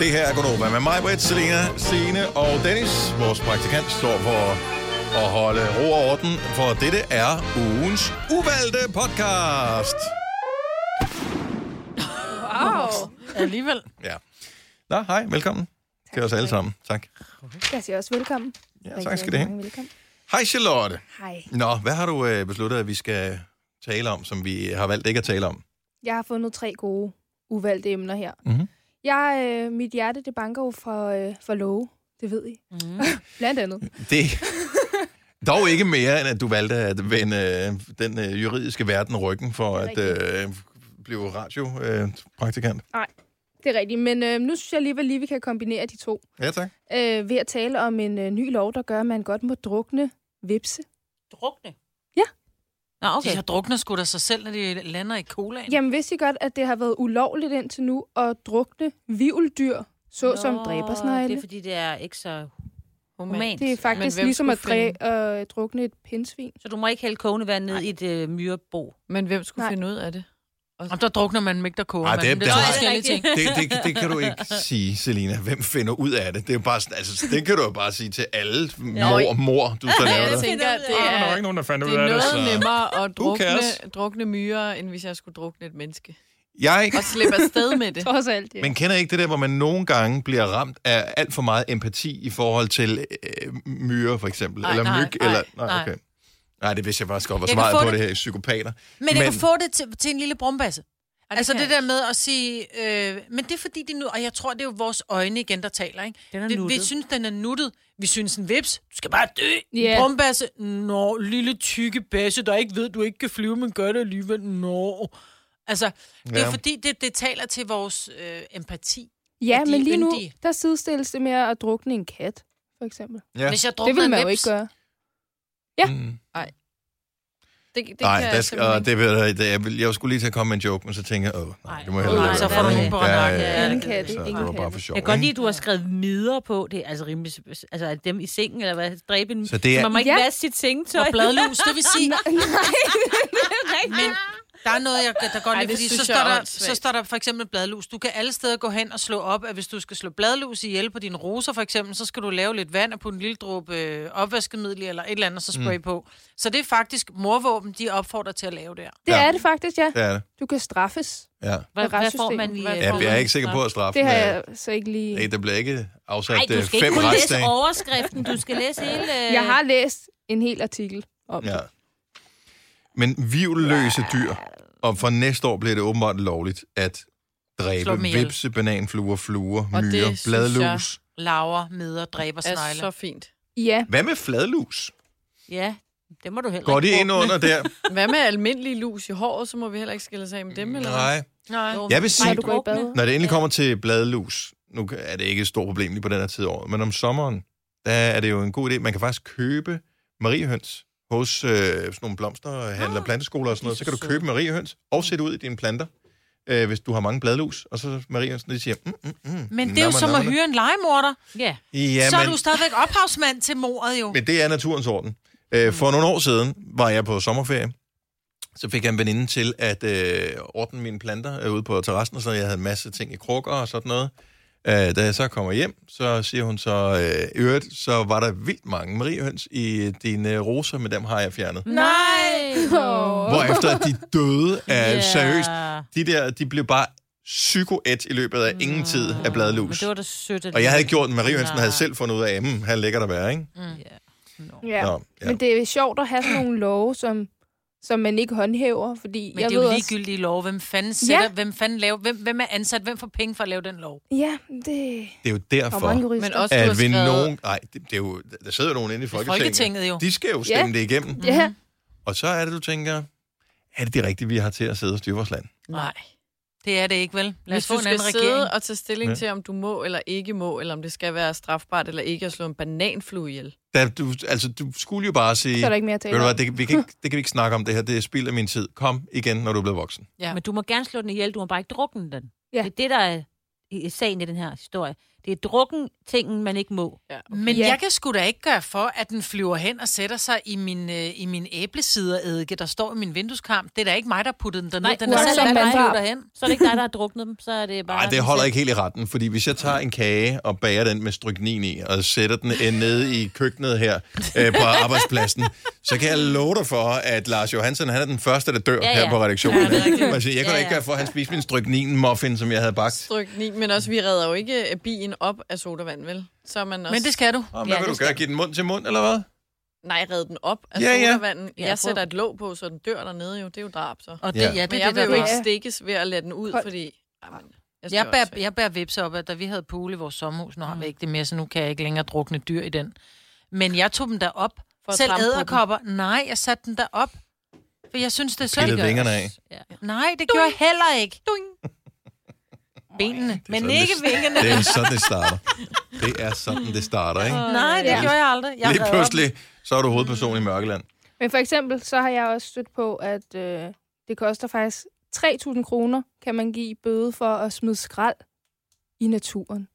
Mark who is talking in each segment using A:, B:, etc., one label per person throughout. A: Det her er Gunova med mig, Britt, Selina, Signe og Dennis. Vores praktikant står for at holde ro og orden, for dette er ugens uvalgte podcast.
B: Wow. Alligevel.
A: Ja. Nå, hej, velkommen tak, til os alle sammen. Tak.
C: Jeg siger også velkommen.
A: Ja, tak skal det have.
C: Velkommen.
A: Hej Charlotte.
C: Hej.
A: Nå, hvad har du øh, besluttet, at vi skal tale om, som vi har valgt ikke at tale om?
C: Jeg har fundet tre gode uvalgte emner her.
A: Mhm.
C: Jeg, øh, mit hjerte, det banker jo for, øh, for love. Det ved I.
B: Mm.
C: Blandt andet.
A: Det dog ikke mere, end at du valgte at vende øh, den øh, juridiske verden ryggen for at
C: Det er
A: øh, blive radiopraktikant.
C: Det er rigtigt. Men øh, nu synes jeg alligevel lige, vi kan kombinere de to.
A: ja, tak.
C: Øh, ved at tale om en øh, ny lov, der gør, at man godt må drukne vipse.
D: Drukne.
B: Nå, okay.
D: De
B: De har druknet sgu da sig selv, når de lander i colaen.
C: Jamen, vidste I godt, at det har været ulovligt indtil nu at drukne vivldyr, såsom dræbersnegle?
D: Det er, fordi det er ikke så humant.
C: Det er faktisk
E: Men hvem
C: ligesom at
E: skulle
C: dræ- øh, drukne et pindsvin.
D: Så du må ikke hælde kogende vand ned i et øh, myrebo.
E: Men hvem skulle
C: Nej.
E: Nej. finde ud af det?
B: Jamen, der drukner man dem ikke, der koger
A: Ej,
B: man
A: det-
B: dem. Det
A: det-
B: er to
A: Nå, ja,
B: forskellige
D: det er
B: ting.
A: Det, det, det kan du ikke sige, Selina. Hvem finder ud af det? Det, er jo bare, sådan- altså, det kan du jo bare sige til alle mor, mor du så laver
E: Jeg
A: det.
E: tænker, at det
D: Ah,
E: er,
F: ikke nogen, der fandt
E: det er
A: altså-
E: noget nemmere at
A: Who cares?
E: drukne, drukne myrer, end hvis jeg skulle drukne et menneske.
A: Jeg
E: Og slippe afsted med det.
C: Trods alt, ja.
A: Men kender I ikke det der, hvor man nogle gange bliver ramt af alt for meget empati i forhold til øh, myrer, for eksempel?
E: Nej,
A: eller
E: nej,
A: myg?
E: nej,
A: eller,
B: nej.
A: Okay. nej, det vidste jeg faktisk godt var så
B: Jeg kan
A: meget
B: få
A: på det
B: det-
A: her i psykopater.
B: Men jeg
A: Men-
B: kan få det til, til en lille brumbasse.
E: det
B: altså
E: kan
B: det
E: jeg
B: der med at sige, øh, men det er fordi det nu, og jeg tror, det er jo vores øjne igen, der taler, ikke?
D: Den er
B: vi, vi
D: nuttet.
B: synes, den er nuttet. Vi synes, en vips, du skal bare dø.
C: Ja.
B: Yeah. Brumbasse, nå, lille tykke basse, der ikke ved, du ikke kan flyve, men gør det alligevel, nå. Altså, det er
A: Ja.
B: jo fordi, det, det taler til vores øh, empati.
C: Ja,
B: de
C: men lige nu,
B: yndige.
C: der sidestilles det med at drukne en kat, for eksempel.
A: Ja.
B: Ja. Hvis jeg drukner
C: Det vil man
B: en
C: jo
B: vips,
C: ikke gøre. Ja.
A: Mm.
E: Det, det
A: Nej,
E: kan
A: der
E: jeg
A: skal,
E: simpelthen
A: og det, ved jeg- det, jeg, vil- jeg skulle lige til at komme med en joke, men så tænker jeg, åh, nej,
B: Nej.
A: det må jeg
B: Åh,
A: hellere
B: nej,
A: lade
B: så
A: være
B: får du
A: med,
B: nogen
A: ikke?
B: på ranakken.
A: Ja,
C: Ingen
A: ja,
C: kan det,
A: Så det
C: ingen
A: var
C: kan
A: bare
C: det.
A: for sjov.
D: Jeg kan godt lide,
A: ikke?
D: at du har skrevet midder på. Det er altså rimelig... Altså, er dem i sengen, eller hvad? Dræbe en...
A: Så det er,
D: Mm. Man må ikke
C: Ja.
D: ja. vaske sit sengetøj.
B: og bladlus, det vil sige,
C: Ah.
D: Men
B: Der er noget, jeg der godt
E: Ej,
B: lide,
E: det
B: fordi så
E: synes
B: står,
E: jeg er
B: der,
E: åndssvagt.
B: så står der for eksempel bladlus. Du kan alle steder gå hen og slå op, at hvis du skal slå bladlus ihjel på dine roser for eksempel, så skal du lave lidt vand og putte en lille dråbe øh, opvaskemiddel i, eller et eller andet, og så spray mm. på. Så det er faktisk morvåben, de opfordrer til at lave der.
C: Det
A: Ja.
C: er det faktisk, ja.
A: det er det.
C: Du kan straffes.
A: Ja.
D: hvad, hvad får man i...
E: Hvad
D: øh,
E: får
A: Ja,
D: får
A: jeg er
D: man?
A: ikke sikker på at straffe.
C: Det har
A: med-
C: jeg så ikke lige...
A: Nej, der bliver ikke afsat
D: Nej,
A: øh,
D: du skal
A: fem
D: ikke kun læse
A: retsdage.
D: overskriften. Du skal læse hele... øh,
C: Jeg har læst en hel artikel om
A: Ja.
C: det.
A: Men vivløse dyr, og for næste år bliver det åbenbart lovligt at
B: Slå
A: dræbe
B: dem ihjel.
A: vipse, bananfluer, fluer,
E: Og det
A: myrer,
E: synes
A: bladlus.
B: Laver, meder, dræber,
E: er
B: snegle.
E: så fint.
C: Ja,
A: Hvad med fladlus?
D: Ja, det må du heller
A: Går de
D: ikke
A: ind
D: åbne.
A: under der?
E: Hvad med almindelig lus i håret, så må vi heller ikke skille os af med dem, eller hvad?
A: Nej.
B: Nej.
A: Jeg vil
C: når
A: sige,
C: du går i bad.
A: når det endelig kommer til bladlus, nu er det ikke et stort problem lige på den her tid af året, men om sommeren, der er det jo en god idé. Man kan faktisk købe mariehøns hos øh, sådan nogle blomsterhandler,
B: Ah,
A: planteskoler og sådan noget. Så kan du købe mariehøns og sætte ud i dine planter, øh, hvis du har mange bladlus. Og så mariehønsene, de siger, mm, mm, mm.
B: Men det er jo
A: Namma,
B: som at
A: namma.
B: hyre en legemorder.
D: Ja,
A: Ja,
B: så er
A: men-
B: du stadigvæk ophavsmand til mordet jo.
A: Men det er naturens orden. Øh,
D: Mm.
A: for nogle år siden var jeg på sommerferie. Så fik jeg en veninde til at øh, ordne mine planter øh, ude på terrassen, og så jeg havde en masse ting i krukker og sådan noget. Øh, da jeg så kommer hjem, så siger hun så, øh, i øvrigt, så var der vildt mange mariehøns i øh, dine øh, roser, men dem har jeg fjernet.
D: Nej!
C: Åh.
A: Hvorefter de døde af
D: Ja.
A: yeah. seriøst. De der, de blev bare psykoet i løbet af ingen tid af
D: Men
A: bladlus.
D: det var da sødt. at-
A: Og jeg havde ikke gjort, at mariehønsen
D: Nej.
A: havde selv fundet ud af, mm, han lægger der være, ikke?
D: Ja.
C: ja.
A: Nå, ja.
C: Men det er sjovt at have sådan nogle love, som, som man ikke håndhæver, fordi
B: Men
C: jeg
B: det er
C: ved
B: jo
C: også...
B: ligegyldige lov. Hvem fanden sætter,
C: Ja.
B: hvem fanden laver, hvem, hvem er ansat, hvem får penge for at lave den lov?
C: Ja, det
A: Det er jo
C: er
A: derfor,
C: mange jurister.
E: Men også, du har
A: at vi
E: skrevet...
A: nogen... Nej, det, det er jo, der sidder jo nogen inde i Folketinget.
B: Folketinget jo.
A: De skal jo
C: Ja.
A: stemme det igennem.
C: Ja,
A: Og så er det, du tænker, er det det rigtige, vi har til at sidde og styre vores land?
E: Nej.
B: Det er det ikke, vel? Lad os
E: Hvis
B: få
E: du
B: en
E: skal
B: anden regering.
E: sidde og tage stilling
A: Ja.
E: ja. til, om du må eller ikke må, eller om det skal være strafbart eller ikke at slå en bananflue ihjel.
A: Da, du, altså, du skulle jo bare sige,
C: så er der
A: ved
C: ikke mere at
A: du
C: tale
A: hvad,
C: om.
A: det, vi kan ikke, det kan vi ikke snakke om det her, det er spild af min tid. Kom igen, når du er blevet voksen.
E: Ja.
D: Men du må gerne slå den ihjel, du må bare ikke drukne den.
C: Ja.
D: Det er det, der er i- i sagen i den her historie. Det er drukken tingen, man ikke må.
E: Ja,
B: Men
C: Ja.
B: jeg kan sgu da ikke gøre for, at den flyver hen og sætter sig i min, øh, i min æblesideredike, der står i min vindueskarm. Det er da ikke mig, der puttede den derned.
D: Nej,
B: den
D: du
B: er
D: har
B: selv
D: selv
B: den
D: valgt
B: flyver
C: den.
B: derhen.
D: Så er det ikke dig, der har druknet dem, så er det bare...
A: Nej, det holder ikke helt i retten, fordi hvis jeg tager en kage og bager den med stryknin i, og sætter den øh, nede i køkkenet her øh, på arbejdspladsen, så kan jeg love dig for, at Lars Johansen, han er den første, der dør ja,
D: Ja,
A: ja.
D: ja.
A: her på redaktionen.
D: Ja, det er rigtigt.
A: Altså, jeg kan ja,
D: Ja,
A: ikke
D: ja.
A: gøre for, at han spiste min stryknin-muffin, som jeg havde bagt.
E: Stryk 9, men også, vi redder jo ikke øh, bien op af sodavand, vel? Så er man også...
B: Men det skal du.
A: Og hvad
D: Ja,
A: vil du
D: det
A: gøre? Give den mund til mund, eller hvad?
E: Nej, redde den op af
A: Ja, ja.
E: sodavanden.
D: Ja,
E: Jeg
D: prøv.
E: sætter et låg på, så den dør dernede jo. Det er jo drab, så.
B: Og det,
A: Ja.
B: ja. ja, det
E: Men
B: er
E: jeg
B: det,
E: vil
B: der
E: jo
B: er
E: ikke
B: drab.
E: stikkes ved at lade den ud,
C: Hold-
E: fordi... Jamen, jeg skal
B: jeg bærer,
E: også væk.
B: jeg bærer vipse op, at da vi havde pool i vores sommerhus, nu har vi ikke det mere, så nu kan jeg ikke længere drukne dyr i den. Men jeg tog dem der op.
E: For at
B: Selv
E: trampe på dem.
B: æderkopper. Nej, jeg satte den der op. For jeg synes, det er
A: Pillede
B: synd.
A: vingerne af.
D: Ja.
B: Nej, det gjorde jeg heller ikke. Benene. Men
A: sådan,
B: ikke
A: det-
B: vingerne.
A: Det er sådan, det starter. Det er sådan, det starter, ikke?
B: Nej, det
C: Ja.
B: gjorde jeg aldrig. Jeg
A: Lige
B: redder
A: pludselig, så er du hovedperson i Mørkeland.
C: Men for eksempel, så har jeg også stødt på, at øh, det koster faktisk 3.000 kroner, kan man give i bøde for at smide skrald i naturen.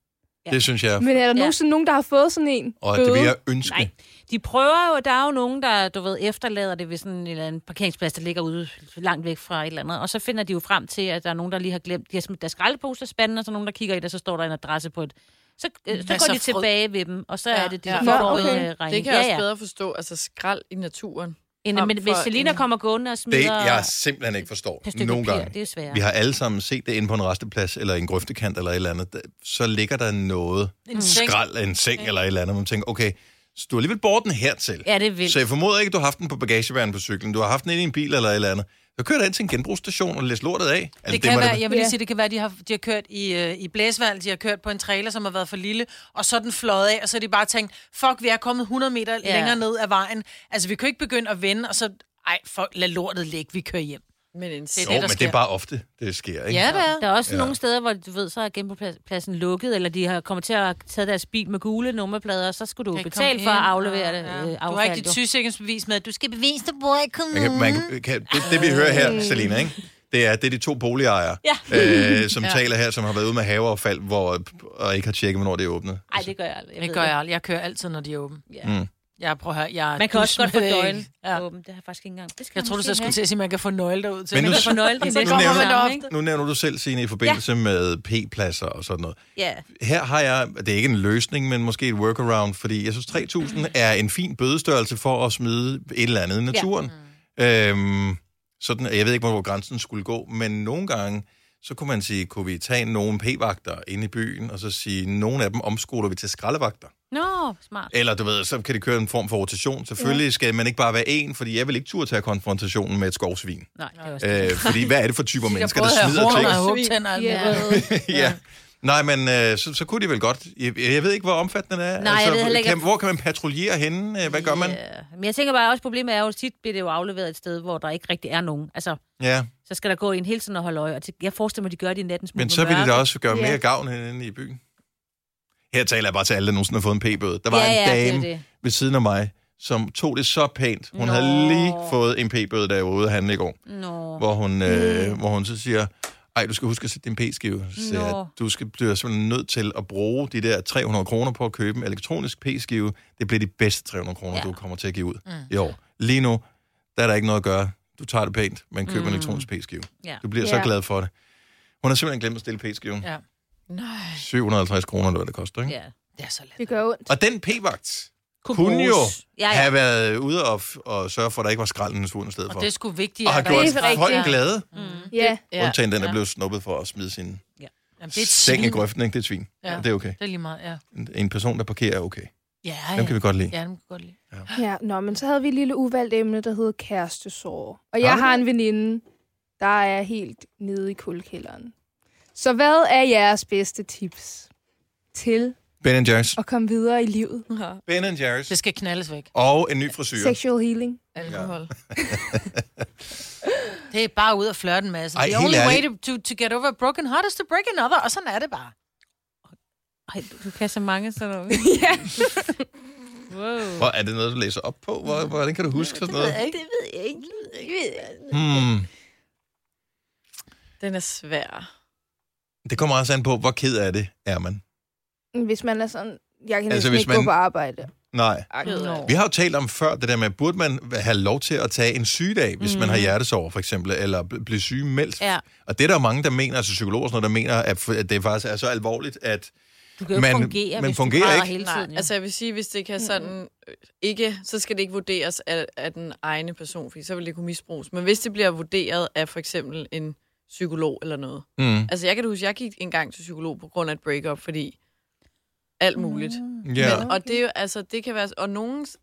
D: Ja.
A: Det synes jeg,
C: Men er der
D: Ja.
C: nogensinde nogen, der har fået sådan en
A: og
C: bøde?
A: det vil jeg ønske.
D: Nej. De prøver jo, der er jo nogen, der, du ved, efterlader det ved sådan en eller anden parkeringsplads, der ligger ude langt væk fra et eller andet. Og så finder de jo frem til, at der er nogen, der lige har glemt, de har smidt deres skraldeposer i spanden, og så er nogen, der kigger i det, og så står der en adresse på et. Så, øh, så
B: Hvad
D: går
B: så frød?
D: de tilbage ved dem, og så
E: Ja,
D: er det, de
E: ja.
D: ja.
C: Nå,
D: får
C: okay.
D: en øh, regning.
E: Det kan jeg også
D: ja, ja.
E: bedre forstå. Altså skrald i naturen.
D: En,
E: frem
D: men hvis
E: for
D: Selina
E: en-
D: kommer gående og
A: Det,
D: smider
A: jeg simpelthen ikke forstår.
D: et stykke
A: Nogle
D: papir,
A: gange.
D: det er svært.
A: Vi har alle sammen set det inde på en resteplads, eller en grøftekant, eller et eller andet. Der- Så ligger der noget
B: En seng.
A: skrald af en seng, eller et eller andet. Man tænker, okay, så du har alligevel båret den hertil.
D: Ja, det er vildt.
A: Så jeg formoder ikke, du har haft den på bagagebæren på cyklen. Du har haft den inde i en bil, eller et eller andet. Så kører du ind til en genbrugsstation og læser lortet af. Altså,
B: Det kan
A: må da-
B: være, jeg vil lige
C: Ja.
B: sige, det kan være, de har, de har kørt i, øh, i Blæsvald, de har kørt på en trailer, som har været for lille, og så er den fløjet af, og så er de bare tænkt, fuck, vi er kommet 100 meter
D: Ja.
B: længere ned ad vejen. Altså, vi kan jo ikke begynde at vende, og så, ej, for, lad lortet ligge, vi kører hjem.
E: Men en
B: Det er
A: Jo,
B: der
A: men det
B: sker.
A: er bare ofte, det sker, ikke?
B: Ja, det er.
D: Der er også
A: Ja.
D: ja. nogle steder, hvor du ved, så er genbrugspladsen lukket, eller de har kommet til at tage deres bil med gule nummerplader, og så skulle du
B: Kan
D: betale
B: komme
D: for at
B: ind,
D: aflevere
B: og-
D: det.
B: ja.
D: Øh,
B: Du har ikke
D: affald,
B: dit
D: jo.
B: sygesikringsbevis med, at du skal bevise, at du bor i
A: Man kan,
B: kommunen.
A: man kan, det, det, vi hører her, Selina, ikke? Det er, det er de to boligejere, ja. øh, som ja. taler her, som har været ude med haveaffald, hvor, og ikke har tjekket, hvornår det er åbnet.
D: Ej, det gør jeg aldrig. Jeg
B: Det
D: ved
B: gør jeg aldrig. Jeg kører altid, når de er åbne.
D: Ja.
A: Mm.
B: Jeg prøver at høre, jeg er
D: Man kan også godt få
B: dus med-
D: døgn
B: Ja.
D: ja. åben. Det har jeg faktisk ikke engang. Det skal
B: Jeg tror, du så skulle til
D: til.
B: at sige, at man kan få nøgle derud til.
A: Men
B: Man
A: nu-
B: kan få nøgle,
D: Nu
B: det
A: nævner-
B: kommer man da ofte.
A: Nu nævner du selv, Signe, i forbindelse ja. med p-pladser og sådan noget.
D: Ja.
A: Her har jeg, det er ikke en løsning, men måske et workaround, fordi jeg synes
B: Mm.
A: 3.000 er en fin bødestørrelse for at smide et eller andet i naturen.
B: Mm.
A: Ja. Øhm, sådan, jeg ved ikke, hvor grænsen skulle gå, men nogle gange, så kunne man sige, kunne vi tage nogle p-vagter inde i byen, og så sige, nogle af dem omskoler vi til skraldevagter.
D: Nå, smart.
A: Eller du ved, så kan det køre en form for rotation. Selvfølgelig ja. skal man ikke bare være en, fordi jeg vil ikke turde tage konfrontationen med et skovsvin.
D: Nej, det er også
A: Øh, fordi hvad er det for typer
B: De
A: mennesker,
B: både
A: der
B: have
A: smider
B: horn
A: ting?
B: og håbtænder og alt
C: Ja.
B: muligt.
A: ja. Nej, men øh, så, så kunne de vel godt. Jeg, jeg ved ikke, hvor omfattende det er. Altså,
D: Nej, jeg ved heller ikke,
A: kan,
D: at-
A: hvor kan man patruljere henne? Øh, Hvad gør man?
D: Ja. Men jeg tænker bare også, problemet er jo, at tit bliver det jo afleveret et sted, hvor der ikke rigtig er nogen. Altså,
A: Ja,
D: så skal der gå en hele tiden og holde øje. Og til- jeg forestiller mig, at de gør det i nattens
A: men så ville det da også gøre
C: Ja.
A: mere gavn end inde i byen. Her taler jeg bare til alle, der nogensinde har fået en p-bøde. Der var
D: ja, ja,
A: en
D: det er
A: dame
D: det.
A: ved siden af mig, som tog det så pænt. Hun Nå.
D: Nå.
A: havde lige fået en p-bøde, da jeg var ude at handle i går.
D: Nå.
A: hvor hun, øh, hvor hun så siger, ej, du skal huske at sætte din p-skive. Så siger jeg,
D: Nå.
A: du skal, bliver simpelthen nødt til at bruge de der 300 kroner på at købe en elektronisk p-skive. Det bliver de bedste 300 kroner, ja.
D: Ja.
A: du kommer til at give ud mm. i år. Lige nu, der er der ikke noget at gøre. Du tager det pænt, men køb mm. en elektronisk p-skive.
D: Ja.
A: Du bliver ja. så
C: Ja.
A: glad for det. Hun har simpelthen glemt at stille p-skiven. Ja.
B: Ja,
A: 750 kroner, det var, det koster, ikke? Ja.
D: Ja.
B: det er så let.
C: Det gør ondt.
A: Og den p-vagt
D: Kunne
A: kunne jo
D: bruges. ja, ja.
A: have været ude og, f- og sørge for, at der ikke var skrald i naturen i stedet
B: Og
A: for.
B: det er sgu vigtigt.
A: og har
B: at der er
A: gjort
C: Det er
B: straf.
A: folk
C: rigtigt.
A: glade,
D: Mm.
C: Ja.
E: Ja.
A: undtagen den, der
B: Ja.
A: blev snuppet for at smide sin
B: Jamen,
A: Det
B: det
A: er
B: er et
A: Seng i
B: svin.
A: grøften, ikke? Det er et svin. Ja.
B: Ja.
A: Det er okay.
B: Det er lige meget, ja.
A: En- En person, der parkerer, er okay.
B: Ja,
A: Dem kan
B: ja.
A: vi godt lide. Ja.
B: Ja, dem kan godt lide.
C: Ja, nå, men så havde vi et lille uvalgt emne, der hedder kærestesår. Og
A: Har
C: jeg
A: du
C: har
A: det?
C: en veninde, der er helt nede i kuldkælderen. Så hvad er jeres bedste tips til
A: Ben Jerry's.
C: at komme videre i livet?
E: Ja.
A: Ben Jerry's.
B: Det skal knaldes væk.
A: Og en ny frisyr.
C: Sexual healing.
E: Alkohol.
B: Det er bare ud og flørte en masse.
A: Ej,
B: The
A: helt
B: only way
A: ærligt.
B: to, to, to get over a broken heart is to break another, og sådan er det bare.
D: Ej, du- du kan så mange sådan noget.
C: ja.
D: Wow.
A: Hvor er det noget, du læser op på? Hvor, hvordan kan du huske sådan noget?
B: ikke. Det ved jeg ikke.
A: Hmm.
E: Den er svær.
A: Det kommer også an på, hvor ked af det er man.
C: Hvis man er sådan... Jeg kan
A: Altså,
C: altså,
A: hvis
C: ikke man... gå
A: man-
C: på arbejde.
A: Nej.
E: Ej,
B: Ved jeg.
E: nå.
A: Vi har jo talt om før det der med, burde man have lov til at tage en sygedag, hvis mm. man har hjertesover for eksempel, eller bl- blive sygemeldt.
D: Ja.
A: Og det er der jo mange, der mener, altså psykologer og sådan noget, der mener, at, f- at det faktisk er så alvorligt, at
D: Du kan jo
A: Man-
D: ikke fungere,
A: man
D: hvis
A: fungerer
D: du græder
A: ikke.
D: hele
E: Nej,
D: tiden. jo.
E: altså jeg vil sige, hvis det kan sådan øh, ikke, så skal det ikke vurderes af, af den egne person, fordi så vil det kunne misbruges. Men hvis det bliver vurderet af for eksempel en psykolog eller noget.
A: mm,
E: Altså jeg kan da huske, jeg gik engang til psykolog på grund af et breakup, fordi alt muligt.
A: ja.
E: Men, og det, er jo- altså, det kan være, og nogens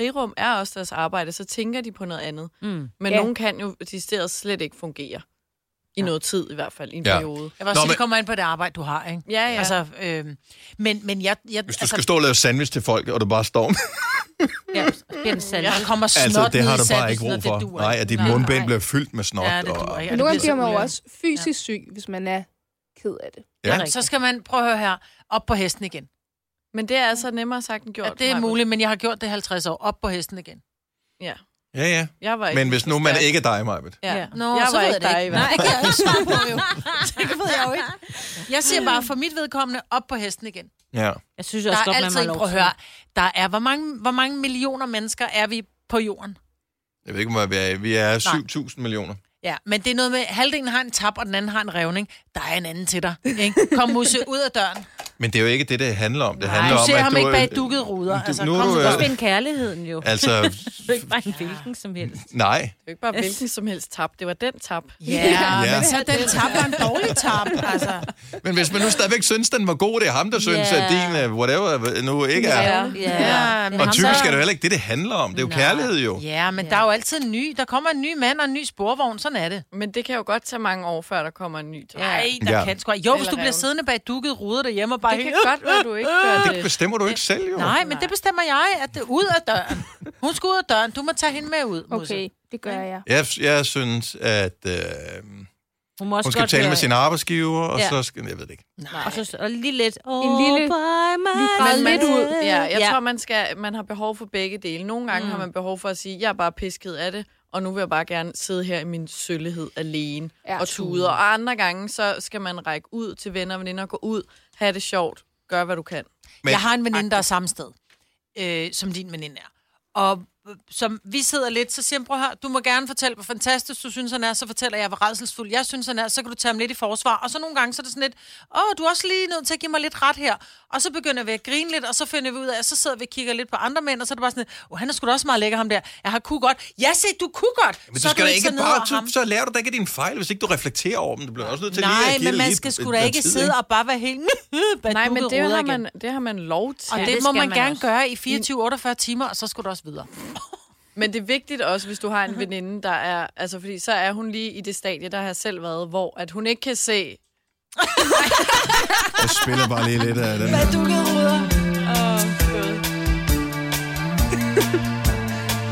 E: rirum er også deres arbejde, så tænker de på noget andet.
D: Mm.
E: Men
C: Ja.
E: nogen kan jo de steder slet ikke fungere. I noget tid i hvert fald, i en
A: Ja.
E: ja. periode.
B: Jeg
A: Nå,
B: var sige,
A: men-
B: det kommer ind på det arbejde, du har, ikke?
E: Ja, ja.
B: Altså, øh, men, men jeg, altså, jeg,
A: Hvis du skal stå og lave sandwich til folk, og du bare står med,
D: Ja, så bliver den sand.
B: der kommer snot
A: altså det har du
B: ned i
A: bare
B: sanden,
A: ikke brug
B: sådan noget, det
A: for.
B: duer
A: Nej,
B: ikke.
A: at dit
C: Nej.
A: mundbind bliver fyldt med snot.
B: Ja, det duer
A: og,
B: ikke.
C: Men
B: og
C: nogle gange
B: det
C: bliver man jo
B: ulækkert.
C: også fysisk ja. syg, hvis man er ked af det.
A: Ja.
B: Ja. Så skal man, prøve at høre her, op på hesten igen.
E: Men det er altså nemmere sagt end gjort.
B: Ja, det er
E: Maja.
B: muligt, men jeg har gjort det 50 år. Op på hesten igen.
E: Ja.
A: ja, ja.
E: Jeg var ikke
A: Men hvis
E: så
A: nu man
E: stærk.
A: ikke er dig, Majbet.
E: Ja.
D: Ja.
E: ja.
B: Nå,
E: jeg
B: så
E: var
B: ved
E: ikke
B: jeg det
E: dig i
B: ikke.
E: hvert
B: Nej,
E: fald.
B: jeg kan ikke svare på jo. Det ved jeg jo ikke. Jeg siger bare, for mit vedkommende, op på hesten igen.
A: Ja.
D: Jeg synes
B: Der
D: også
B: er
D: godt, man må
B: altid,
D: have lov
B: prøv at
D: til
B: høre,
D: det.
B: der er, hvor mange, hvor mange millioner mennesker er vi på jorden?
A: Jeg ved ikke, hvor meget vi er. Vi er 7.000 millioner.
B: Ja, men det er noget med, halvdelen har en tab, og den anden har en revning. Der er en anden til dig. Ikke? Kom, Musse, ud af døren.
A: Men det er jo ikke det, det handler om. Det
B: Nej,
A: handler
B: du
A: om,
B: ser
A: at
B: ham
A: du,
B: ikke bag
A: øh,
B: dukkede ruder.
A: du-
B: altså,
A: nu er
B: kom
A: du,
B: så
A: øh,
D: Det
B: godt.
D: er også en kærligheden jo.
A: Altså,
D: Det er ikke bare en hvilken som helst.
A: nej.
E: Det er jo ikke bare hvilken som helst tab. Det var den tab.
B: Ja,
A: Ja.
B: men så den tab var en dårlig tab, altså.
A: Men hvis man nu stadigvæk synes, den var god, det er ham, der synes,
D: Ja.
A: at din øh, whatever nu ikke er.
E: Ja.
B: Ja, men
A: Og
B: ham,
A: typisk
B: der-
A: er det jo heller ikke det, det handler om. Det er jo
D: Nej.
A: kærlighed jo.
B: Ja, men ja. der er jo altid en ny. Der kommer en ny mand og en ny sporvogn, sådan er det.
E: Men det kan jo godt tage mange år, før der kommer en ny tab.
B: Nej, der
A: Ja.
B: ja. kan sgu Jo, hvis
E: Eller
B: du bliver
E: reven.
B: siddende bag dukket ruder derhjemme og bare...
E: Det kan
B: helt-
E: godt være, du ikke gør
A: Det
E: det.
A: bestemmer du ikke selv jo.
B: Nej, men det bestemmer jeg, at det er ud af døren. Hun skal ud af døren. Du må tage hende med ud, Musse.
C: Okay, det gør jeg.
A: Jeg, jeg synes, at øh,
D: Hun, må også
A: hun skal
D: godt
A: tale
D: være-
A: med sin arbejdsgiver, og
D: Ja.
A: så skal... Jeg ved det ikke.
D: Og, så, og lige lidt. Oh,
C: En lille-
D: By my
C: lige bare
E: Men
C: lidt
E: man-
C: ud.
E: Ja, jeg ja. tror, man, skal, man har behov for begge dele. Nogle gange mm. har man behov for at sige, jeg er bare pisket af det, og nu vil jeg bare gerne sidde her i min søllighed alene
C: Ja.
E: ja. og tude. Og andre gange, så skal man række ud til venner og veninder, gå ud, have det sjovt, gør hvad du kan.
A: Men-
B: Men... Jeg har en veninde, der er samme sted, øh, som din veninde er. Og øh, som vi sidder lidt, så siger han, prøv her, du må gerne fortælle, hvor fantastisk du synes, han er, så fortæller jeg, hvor redselsfuld jeg synes, han er, så kan du tage ham lidt i forsvar. Og så nogle gange, så er det sådan lidt, åh, du er også lige nødt til at give mig lidt ret her. Og så begynder vi at grine lidt, og så finder vi ud af, så sidder vi og kigger lidt på andre mænd, og så er det bare sådan lidt, åh, han er sgu da også meget lækker, ham der. Jeg har kunne godt. Ja, se, du kunne godt.
A: Men
B: så
A: du
B: er
A: skal da
B: ikke
A: ikke
B: så nede over
A: bare...
B: ham.
A: Så, så lærer du da ikke dine fejl, hvis ikke du reflekterer over dem. Du bliver også nødt til lige
B: Nej,
A: at give
B: men
A: det
B: man
A: lige
B: skal
A: et-
B: sgu
A: et-
B: da
A: et-
B: ikke
A: tid,
B: sidde og bare være helt...
E: Nej, men det har,
B: man,
E: man, det har man lov til.
B: og det,
D: det
B: må
D: skal
B: man,
D: man
B: gerne
D: også.
B: gøre i 24-48 timer, og så skal du også videre.
E: Men det er vigtigt også, hvis du har en veninde, der er... Altså, fordi så er hun lige i det stadie, der har jeg selv været, hvor at hun ikke kan se...
A: Jeg spiller bare lige lidt af den.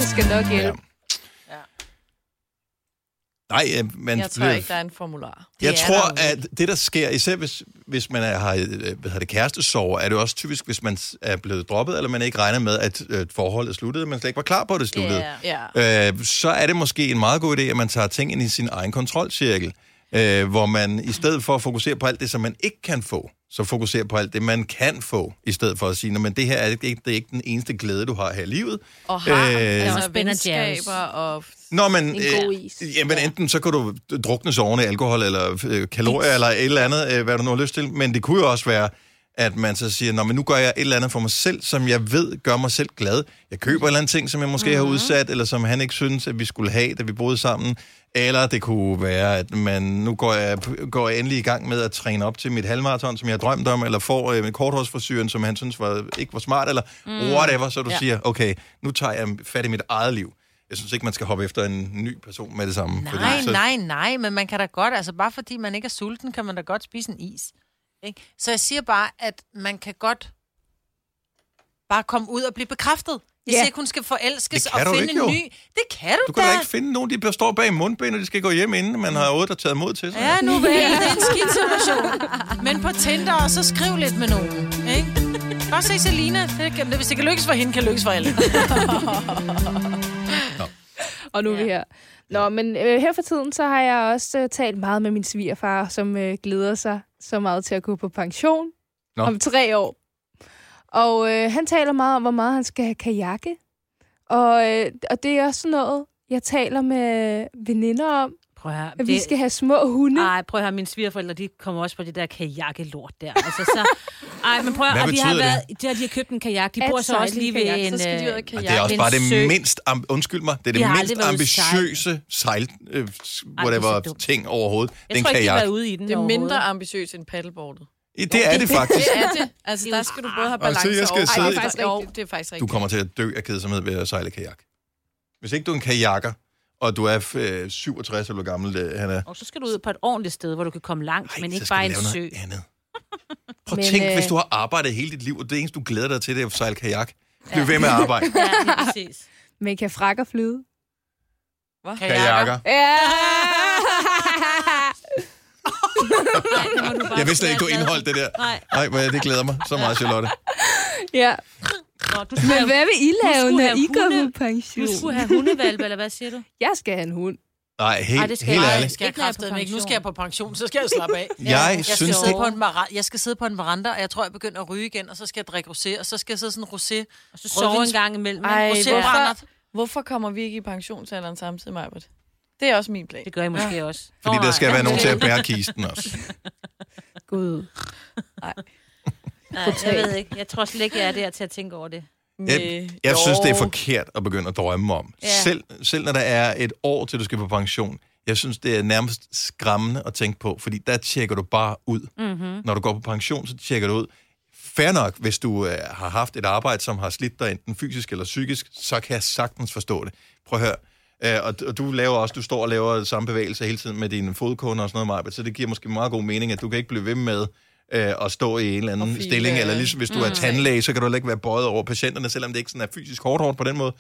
C: Det skal nok
A: Ja.
C: hjælpe.
A: Nej, øh, man
E: Jeg tror
A: bliver-
E: ikke, der er en formular.
B: Det
A: Jeg
B: er
A: tror,
B: der jo
A: at det, der sker, især hvis, hvis man er, har øh, hvad hedder det, kærestesover, er det også typisk, hvis man s- er blevet droppet, eller man ikke regner med, at øh, forholdet sluttede, man slet ikke var klar på, at det sluttede.
D: Ja.
E: Ja.
A: øh, så er det måske en meget god idé, at man tager ting ind i sin egen kontrolcirkel, øh, hvor man i stedet for at fokusere på alt det, som man ikke kan få, så fokuserer på alt det, man kan få, i stedet for at sige, men det her er ikke, det er ikke den eneste glæde, du har her i livet.
E: Og har
A: Øh,
E: øh,
D: Og
E: altså,
D: Ben Jerry's.
E: venskaber og...
A: Nå, men,
C: En god is.
A: Øh, jamen, enten så kan du drukne sovende i alkohol, eller øh, kalorier, eller et eller andet, øh, hvad du nu har lyst til, men det kunne jo også være, at man så siger, Nå, men nu gør jeg et eller andet for mig selv, som jeg ved gør mig selv glad. Jeg køber et eller andet ting, som jeg måske
C: Mhm.
A: mm-hmm. har udsat, eller som han ikke synes, at vi skulle have, da vi boede sammen. Eller det kunne være, at man, nu går jeg, går jeg endelig i gang med at træne op til mit halvmarathon, som jeg drømte om, eller får øh, min korthårsforsyren, som han synes var, ikke var smart, eller mm. whatever, så du ja. siger, okay, nu tager jeg fat i mit eget liv. Jeg synes ikke, man skal hoppe efter en ny person med det samme.
B: Nej, nej, nej, men man kan da godt, altså bare fordi man ikke er sulten, kan man da godt spise en is. Ikke? Så jeg siger bare, at man kan godt bare komme ud og blive bekræftet. Jeg
C: Ja.
B: siger ikke, hun skal forelskes
A: Det
B: og
A: kan du
B: finde
A: ikke,
B: en
A: jo.
B: ny. Det kan du,
A: Du kan da
B: da.
A: ikke finde nogen, de står bag mundbind, og de skal gå hjem, inden man har otte, der taget mod til sig.
B: Ja, nu vel, det er en skidt situation. Men på Tinder, og så skriv lidt med nogen. Ikke? Bare se Selina. Det kan, hvis det kan lykkes for hende, kan det lykkes for alle.
C: Og nu er vi her. Nå, men øh, her for tiden, så har jeg også øh, talt meget med min svigerfar, som øh, glæder sig så meget til at gå på pension.
A: Nå.
C: om tre år. Og øh, han taler meget om, hvor meget han skal have kajakke. Og, øh, og det er også sådan noget, jeg taler med veninder om,
D: Prøv at høre.
C: at vi skal have små hunde.
D: Ej, prøv at høre, mine svigerforældre, de kommer også på det der kajakkelort der. Altså, så, ej, men prøv at,
A: Hvad
D: og de
A: betyder
D: har,
A: det?
D: været, de, har, de har købt en kajak, de
C: At
D: bor så
C: sejle
D: også
C: i
D: lige ved
C: kajak,
D: en...
E: Så skal de ud
D: øh,
E: og
A: Og
E: kajak.
A: det er også bare
D: en
A: det
D: sø.
A: mindst, am- undskyld mig, det er det
D: Jeg har
A: mindst
D: aldrig været ude at sejle.
A: ambitiøse sejl, øh, s-
D: er
A: whatever
D: så dumt.
A: ting overhovedet.
D: jeg
A: den
D: tror ikke, de har
A: kajak.
D: været ude i den
E: Det er mindre
D: overhovedet.
E: ambitiøst end paddleboardet.
A: Det er det faktisk.
E: Det er det. Altså, der skal du både have
A: Og så
E: balance
A: jeg skal
E: over...
A: sidde-
E: Ej, det er faktisk
C: Jo,
E: rigtigt. Det er faktisk
A: Du
E: rigtigt.
A: kommer til at dø af kedsomhed ved at sejle kajak. Hvis ikke du er en kajakker, og du er øh, 67 eller hvor gammel, øh, han er,
D: Og så skal du ud på et ordentligt sted, hvor du kan komme langt,
A: Ej,
D: men
A: så
D: ikke
A: skal
D: bare
A: du
D: en
A: lave
D: sø.
A: noget Andet. Prøv at
C: Men,
A: tænk,
C: øh,
A: hvis du har arbejdet hele dit liv, og det eneste, du glæder dig til, det er at sejle kajak. Bliv ved med at arbejde.
D: Ja, lige præcis.
C: Men kan frakker flyde?
A: Kajakker.
C: Ja!
D: Ja, det må du bare
A: Jeg vidste slet ikke, du
D: være glad for.
A: indholdt det der.
D: Nej,
A: Nej, men det glæder mig så meget, Charlotte.
C: ja.
D: Nå, du skulle,
C: Men
D: have,
C: hvad vil I lave,
D: skulle
C: når
D: have
C: I
D: hunde.
C: går på
D: du
C: pension?
D: skulle have hundevalp, eller hvad siger du?
C: Jeg skal have en hund.
A: Nej,
D: Ej,
A: helt,
D: det skal
A: helt
D: jeg
B: Nej,
A: ærligt.
B: det skal jeg
D: Ikke når jeg er på
B: kraftedeme ikke. Nu skal
D: pension.
B: jeg på pension, så skal jeg slappe af.
A: Jeg
B: Jeg skal,
A: synes,
B: sidde
A: det...
B: på en mara- jeg skal sidde på en veranda, og jeg tror, jeg begynder at ryge igen, og så skal jeg drikke rosé, og så skal jeg sidde sådan en rosé.
D: Og så sove en
B: Rødvins-
D: gang imellem.
E: Ej,
D: Ej,
E: hvor-
D: ja.
B: Rosébrændert.
E: Hvorfor kommer vi ikke i pensionsalderen samtidig, Majbert? Det er også min plan.
D: Det gør jeg måske også.
A: Fordi der skal
B: nej.
A: være nogen til at bære kisten også.
C: Gud.
D: Nej, jeg ved ikke. Jeg tror slet ikke, jeg er der til at tænke over det.
E: Næh,
A: Jeg
E: jo.
A: synes, det er forkert at begynde at drømme om.
D: Ja.
A: Selv, selv når der er et år, til du skal på pension, jeg synes, det er nærmest skræmmende at tænke på, fordi der tjekker du bare ud.
E: Mhm.
A: Mm-hmm. Når du går på pension, så tjekker du ud. Fair nok, hvis du øh, har haft et arbejde, som har slidt dig enten fysisk eller psykisk, så kan jeg sagtens forstå det. Prøv at høre. Øh, og, og du laver også, du står og laver samme bevægelse hele tiden med dine fodkunder og sådan noget, Marbet, så det giver måske meget god mening, at du kan ikke blive ved med øh, at stå i en eller anden
E: Og file. øh,
A: stilling, eller ligesom hvis du mm. er tandlæge, så kan du heller ikke være bøjet over patienterne, selvom det ikke sådan er fysisk hårdt, hårdt på den måde.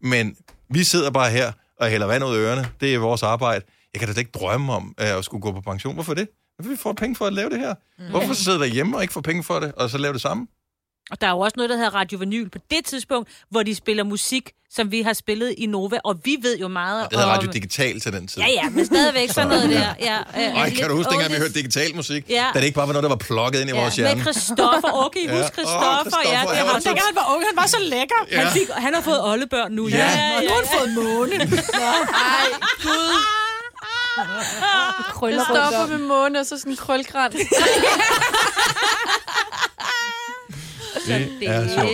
A: Men vi sidder bare her og hælder vand ud af ørerne. Det er vores arbejde. Jeg kan da slet ikke drømme om øh, at skulle gå på pension. Hvorfor det? Hvorfor vi får penge for at lave det her? Mm. Hvorfor så sidder der hjemme og ikke får penge for det, og så lave det samme?
D: Og der er jo også noget, der hedder Radio Vinyl på det tidspunkt, hvor de spiller musik, som vi har spillet i Nova, og vi ved jo meget
A: Og det hedder
D: om...
A: Radio Digital til den tid.
D: Ja, ja, men stadigvæk sådan noget der. Ja, øh,
A: Ej,
D: lidt
A: kan du huske, dengang vi
D: oldies.
A: hørte digital musik?
D: Ja.
A: Da det ikke bare var noget, der var plukket ind i vores
D: Ja,
A: hjerne.
D: med Christoffer. Okay,
A: Ja.
D: husk
A: Åh,
D: Christoffer. Ja,
A: Christoffer,
D: det
A: han var
D: var
A: så-
D: så
B: Dengang han var ung, han var så lækker.
A: Ja.
D: Han, fik, han har fået oldebørn nu.
A: Ja.
B: Og nu har han fået måne.
E: Ej, gud.
C: Krøller
E: Det stopper med måne, og så sådan en krølkrans.
A: Det er sjovt.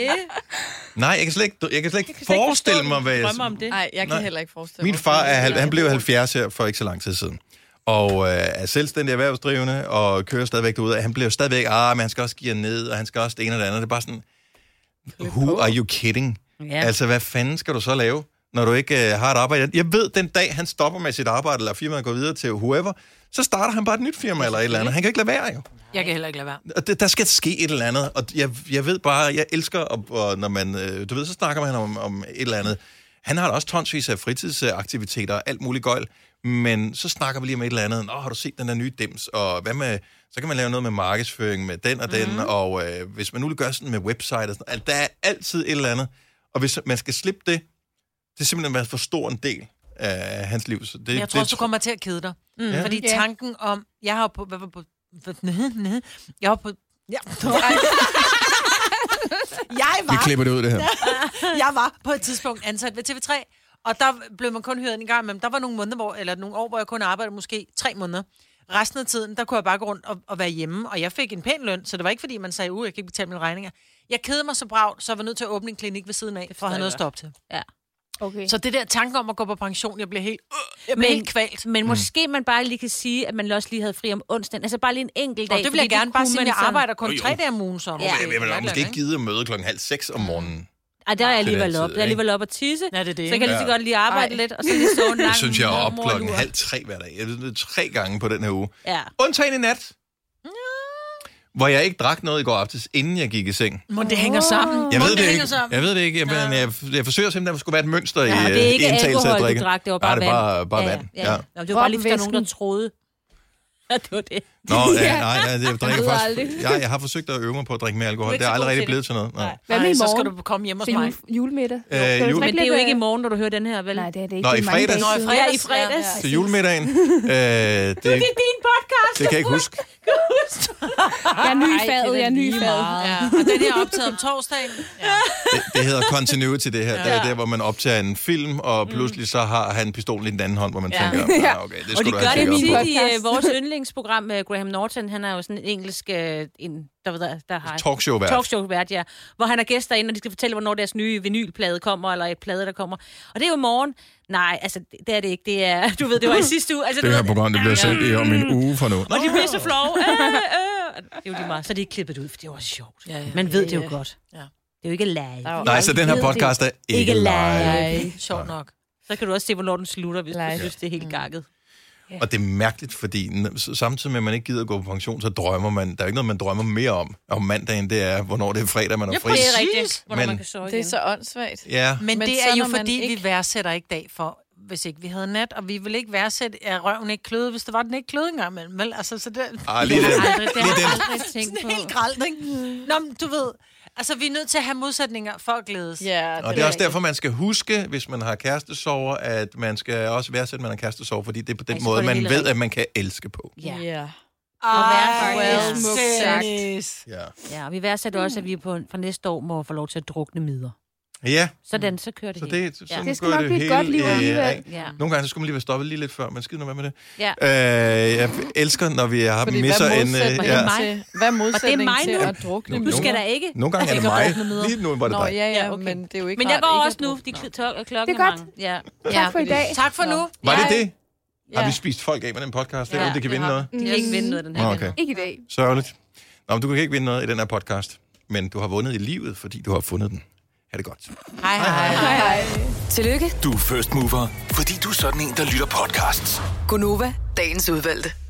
A: Nej, jeg kan slet ikke, jeg kan slet ikke forestille mig, hvad jeg...
D: drømmer om det.
E: Nej, jeg kan
A: Nej.
E: heller ikke forestille
A: Min
E: mig.
A: far er, halv- han blev 70 her for ikke så lang tid siden. Og øh, er selvstændig erhvervsdrivende, og kører stadigvæk derude. Han bliver stadigvæk, ah, men han skal også give ned, og han skal også det ene og det andet. Det er bare sådan, who are you kidding? Ja.
D: Ja.
A: Altså, hvad fanden skal du så lave, når du ikke øh, har et arbejde? Jeg- Jeg ved, den dag han stopper med sit arbejde, eller firmaet går videre til whoever, så starter han bare et nyt firma eller et eller andet. Han kan ikke lade være, jo.
B: Jeg kan heller ikke lade være.
A: Og det, der skal ske et eller andet, og jeg, jeg ved bare, jeg elsker, og, og når man, øh, du ved, så snakker man om, om et eller andet. Han har da også tonsvis af fritidsaktiviteter og alt muligt gøjl, men så snakker vi lige om et eller andet. Nå, har du set den der nye dims? Og hvad med, så kan man lave noget med markedsføring med den og
B: Mhm.
A: den, mm. og øh, hvis man nu vil gøre sådan med website og sådan altså, der er altid et eller andet. Og hvis man skal slippe det, det er simpelthen været for stor en del af hans liv. Så det,
B: Men jeg tror
A: det,
B: også, du kommer til at kede dig. Mm.
A: Ja.
B: Fordi
C: Ja.
B: tanken om... Jeg har jo på... Hvad var på... Hvad, næh, næh. Jeg var på... Ja. jeg
A: Vi
B: var
A: klipper det ud, det her.
B: jeg var på et tidspunkt ansat ved TV3, og der blev man kun hyret en gang, men der var nogle måneder, hvor, eller nogle år, hvor jeg kun arbejdede måske tre måneder. Resten af tiden, der kunne jeg bare gå rundt og, og være hjemme, og jeg fik en pæn løn, så det var ikke fordi, man sagde, uh, jeg kan ikke betale mine regninger. Jeg kede mig så bravt, så jeg var nødt til at åbne en klinik ved siden af, for at have
D: jeg
B: noget at
D: godt.
B: stå op til.
C: Okay.
B: Så det der tanke om at gå på pension, jeg bliver helt, øh, jeg bliver
D: Men-
B: helt kvalt.
D: Men måske man bare lige kan sige, at man også lige havde fri om onsdagen. Altså bare lige en enkelt dag.
B: Og det vil
D: fordi
B: jeg gerne bare
D: kunne
B: sige,
D: man
B: at jeg
D: sådan-
B: arbejder kun
A: Jo, jo.
B: tre dage om ugen sommer.
D: Ja.
A: Jeg, jeg vil da måske ikke gide at møde klokken halv seks om morgenen.
D: Ej, der er jeg
A: Til den
D: alligevel
A: tid,
D: op. Jeg er
A: ikke?
D: alligevel op at tisse.
B: Ja, det er det,
D: Så jeg kan
B: ikke?
D: lige så godt lige arbejde
C: Ej.
D: lidt, og så lige sove en lang
A: Jeg synes, jeg er op
D: morgenlur.
A: klokken halv tre hver dag. Jeg er nødt til tre gange på den her uge.
D: Ja.
A: Undtagen i nat. Hvor jeg ikke drak noget i går aftes, inden jeg gik i seng.
B: Men det hænger sammen.
A: Jeg
B: Mon
A: ved det
B: hænger
A: ikke.
B: sammen.
A: Jeg ved det ikke. Jeg, men jeg, jeg forsøger simpelthen, at der skulle være et mønster
D: Ja, og
A: i,
D: det er
A: øh, i
D: ikke
A: indtagelse af
D: alkohol,
A: drikke.
D: du drak, det var
A: Nej,
D: bare
A: det
D: vand.
A: er bare, bare vand.
D: Ja. ja. Nå, det var
C: Drop
D: bare lige, fordi der er nogen, der
C: væsken.
D: troede. det var det.
A: Nå, ja,
C: Ja.
A: nej, nej, jeg drikker
C: ved
A: faktisk...
C: aldrig.
A: Jeg, jeg har forsøgt at øve mig på at drikke mere alkohol.
D: Du er
A: Det
D: ikke
A: er
D: så god
A: aldrig
D: til
A: rigtig
D: det.
A: blevet til noget. Nej.
D: Nej.
C: Hvad med i
B: så
C: morgen?
B: skal du komme hjem hos
C: Til
B: mig.
C: jule- julemiddag.
A: Øh,
C: Skal du
A: jul-
C: drikke
D: Men det er jo
C: lidt,
D: ikke i
C: øh,
D: morgen, når du hører den her, vel?
C: Nej, det er det ikke.
A: Nå,
C: Det er
A: i
C: mange
A: fredags.
C: dage
A: Nå, i
C: siden.
D: Ja, i
B: fredags.
D: fredags.
A: Til julemiddagen. øh, det,
D: Det er din podcast.
A: det kan jeg ikke huske.
C: Jeg er ny i
D: Ej, det er
C: faget,
D: da
C: jeg er ny i
D: lige
C: faget.
D: meget.
B: Ja, og den er optaget om torsdagen. Ja.
A: Det, det hedder continuity, det her. Det er der, hvor man optager en film, og pludselig så har han pistolen i den anden hånd, hvor man
D: Mm. Ja.
A: tænker, "Nå, okay, det
D: Og de
A: skulle du
D: gør
A: have
D: det
A: tjekket op på.
D: tit i
C: podcast.
D: øh, vores yndlingsprogram med Graham Norton. Han er jo sådan en engelsk, øh, en, der, der, der har
A: Talkshow værd.
D: talkshow-vært, ja. Hvor han har gæster ind, og de skal fortælle, hvornår deres nye vinylplade kommer, eller et plade, der kommer. Og det er jo i morgen. Nej, altså, det- det er det ikke. Det er, du ved, det var i sidste uge. Altså, du
A: Det her
D: ved,
A: program, det bliver sendt i om en uge fra nu.
D: Og de bliver så flove. Øh, øh. Det er jo lige meget. Så er de ikke klippet ud, for det var sjovt.
E: Ja, ja.
D: Man ved det jo
E: Ja.
D: godt.
E: Ja.
D: Det er jo ikke live.
E: Der er jo
A: Nej, så den her
D: Ved det.
A: podcast er ikke
D: Ikke live.
A: live.
E: Nej.
B: Sjovt nok.
D: Så kan du også se, hvornår den slutter, hvis
E: Live.
D: du synes, det er helt gakket.
A: Og det er mærkeligt, fordi n- s- samtidig med, at man ikke gider at gå på pension, så drømmer man. Der er ikke noget, man drømmer mere om om mandagen. Det er, hvornår det er fredag, man er fri.
D: Det
B: præcis.
D: er rigtigt, hvornår
A: Men-
D: man kan sove
E: Det er
D: igen.
E: så åndssvagt.
A: Ja,
B: Men,
E: Men
B: Men det
E: så
B: er jo
E: når man
B: fordi, ikke...
E: ikke-
B: vi værdsætter ikke dag for, hvis ikke vi havde nat, og vi ville ikke værdsætte, at røven ikke kløede, hvis det var den ikke kløede engang imellem. Vel, altså, så det,
A: ah, lige det.
D: Aldrig, det har
A: Lige
D: jeg
A: den.
D: aldrig tænkt
B: sådan
D: på.
B: helt gralt, ikke? Nå, men du ved, altså vi er nødt til at have modsætninger for at glædes.
E: Ja,
A: Og det er også derfor, man skal huske, hvis man har kærestesover, at man skal også værdsætte, at man har kærestesover, fordi det er på den
D: Ej, så får
A: måde,
D: det
A: man
D: hele
A: ved,
D: rigtigt.
A: at man kan elske på.
D: Ja.
E: Ja.
B: Ah, Ej,
E: well
B: smukt
E: sagt.
B: sagt.
A: Ja,
D: ja, og vi værdsætter også, at vi på, fra næste år må få lov til at drukne midler.
A: ja
D: Sådan, så kører det
A: så
D: helt.
A: det, sådan
D: Ja.
C: Det skal
A: går
C: nok blive et godt
A: hele,
C: liv
A: øh,
C: alligevel.
A: af.
D: Ja.
A: Nogle gange så skulle man lige være stoppet lige lidt før, men skid nu være med det.
D: ja.
A: Øh, jeg elsker, når vi har
E: Fordi
A: misser
E: hvad
A: en...
E: modsætter
A: øh,
E: ja.
A: ja.
D: mig?
E: til, hvad er modsætningen
D: mig
E: til
D: nu?
E: at drukne?
A: Nu-
D: Du
A: nu-
D: skal da ikke.
A: Nogle gange er det
D: Jeg
A: mig.
D: går med midler.
A: Lige nu var det
E: Nå,
A: dig.
E: ja, ja,
D: Ja, okay.
E: men det er jo ikke
D: Men jeg
E: rart
D: går
E: ikke
D: også
E: at
D: nu.
E: drukne.
D: De kl- tol- klokken
C: Det er godt.
D: mange. Ja.
C: Tak for i dag.
B: Tak for nu.
A: Var det
E: Nej.
A: det?
E: Ja.
A: Har vi spist folk af med den podcast? Det er
D: Ja,
A: jo, det kan
E: vi
A: vinde
E: har.
A: noget.
D: De kan ikke vinde noget den her
A: Nå,
D: vinter.
A: okay.
C: Ikke i dag.
A: Sørgeligt. Nå, men du kan ikke vinde noget i den her podcast, men du har vundet i livet, fordi du har fundet den. Ha' det godt.
B: Hej, hej.
C: Hej, hej.
F: Tillykke,
G: Du er first mover, fordi du er sådan en, der lytter podcasts.
F: Gunova, dagens udvalgte.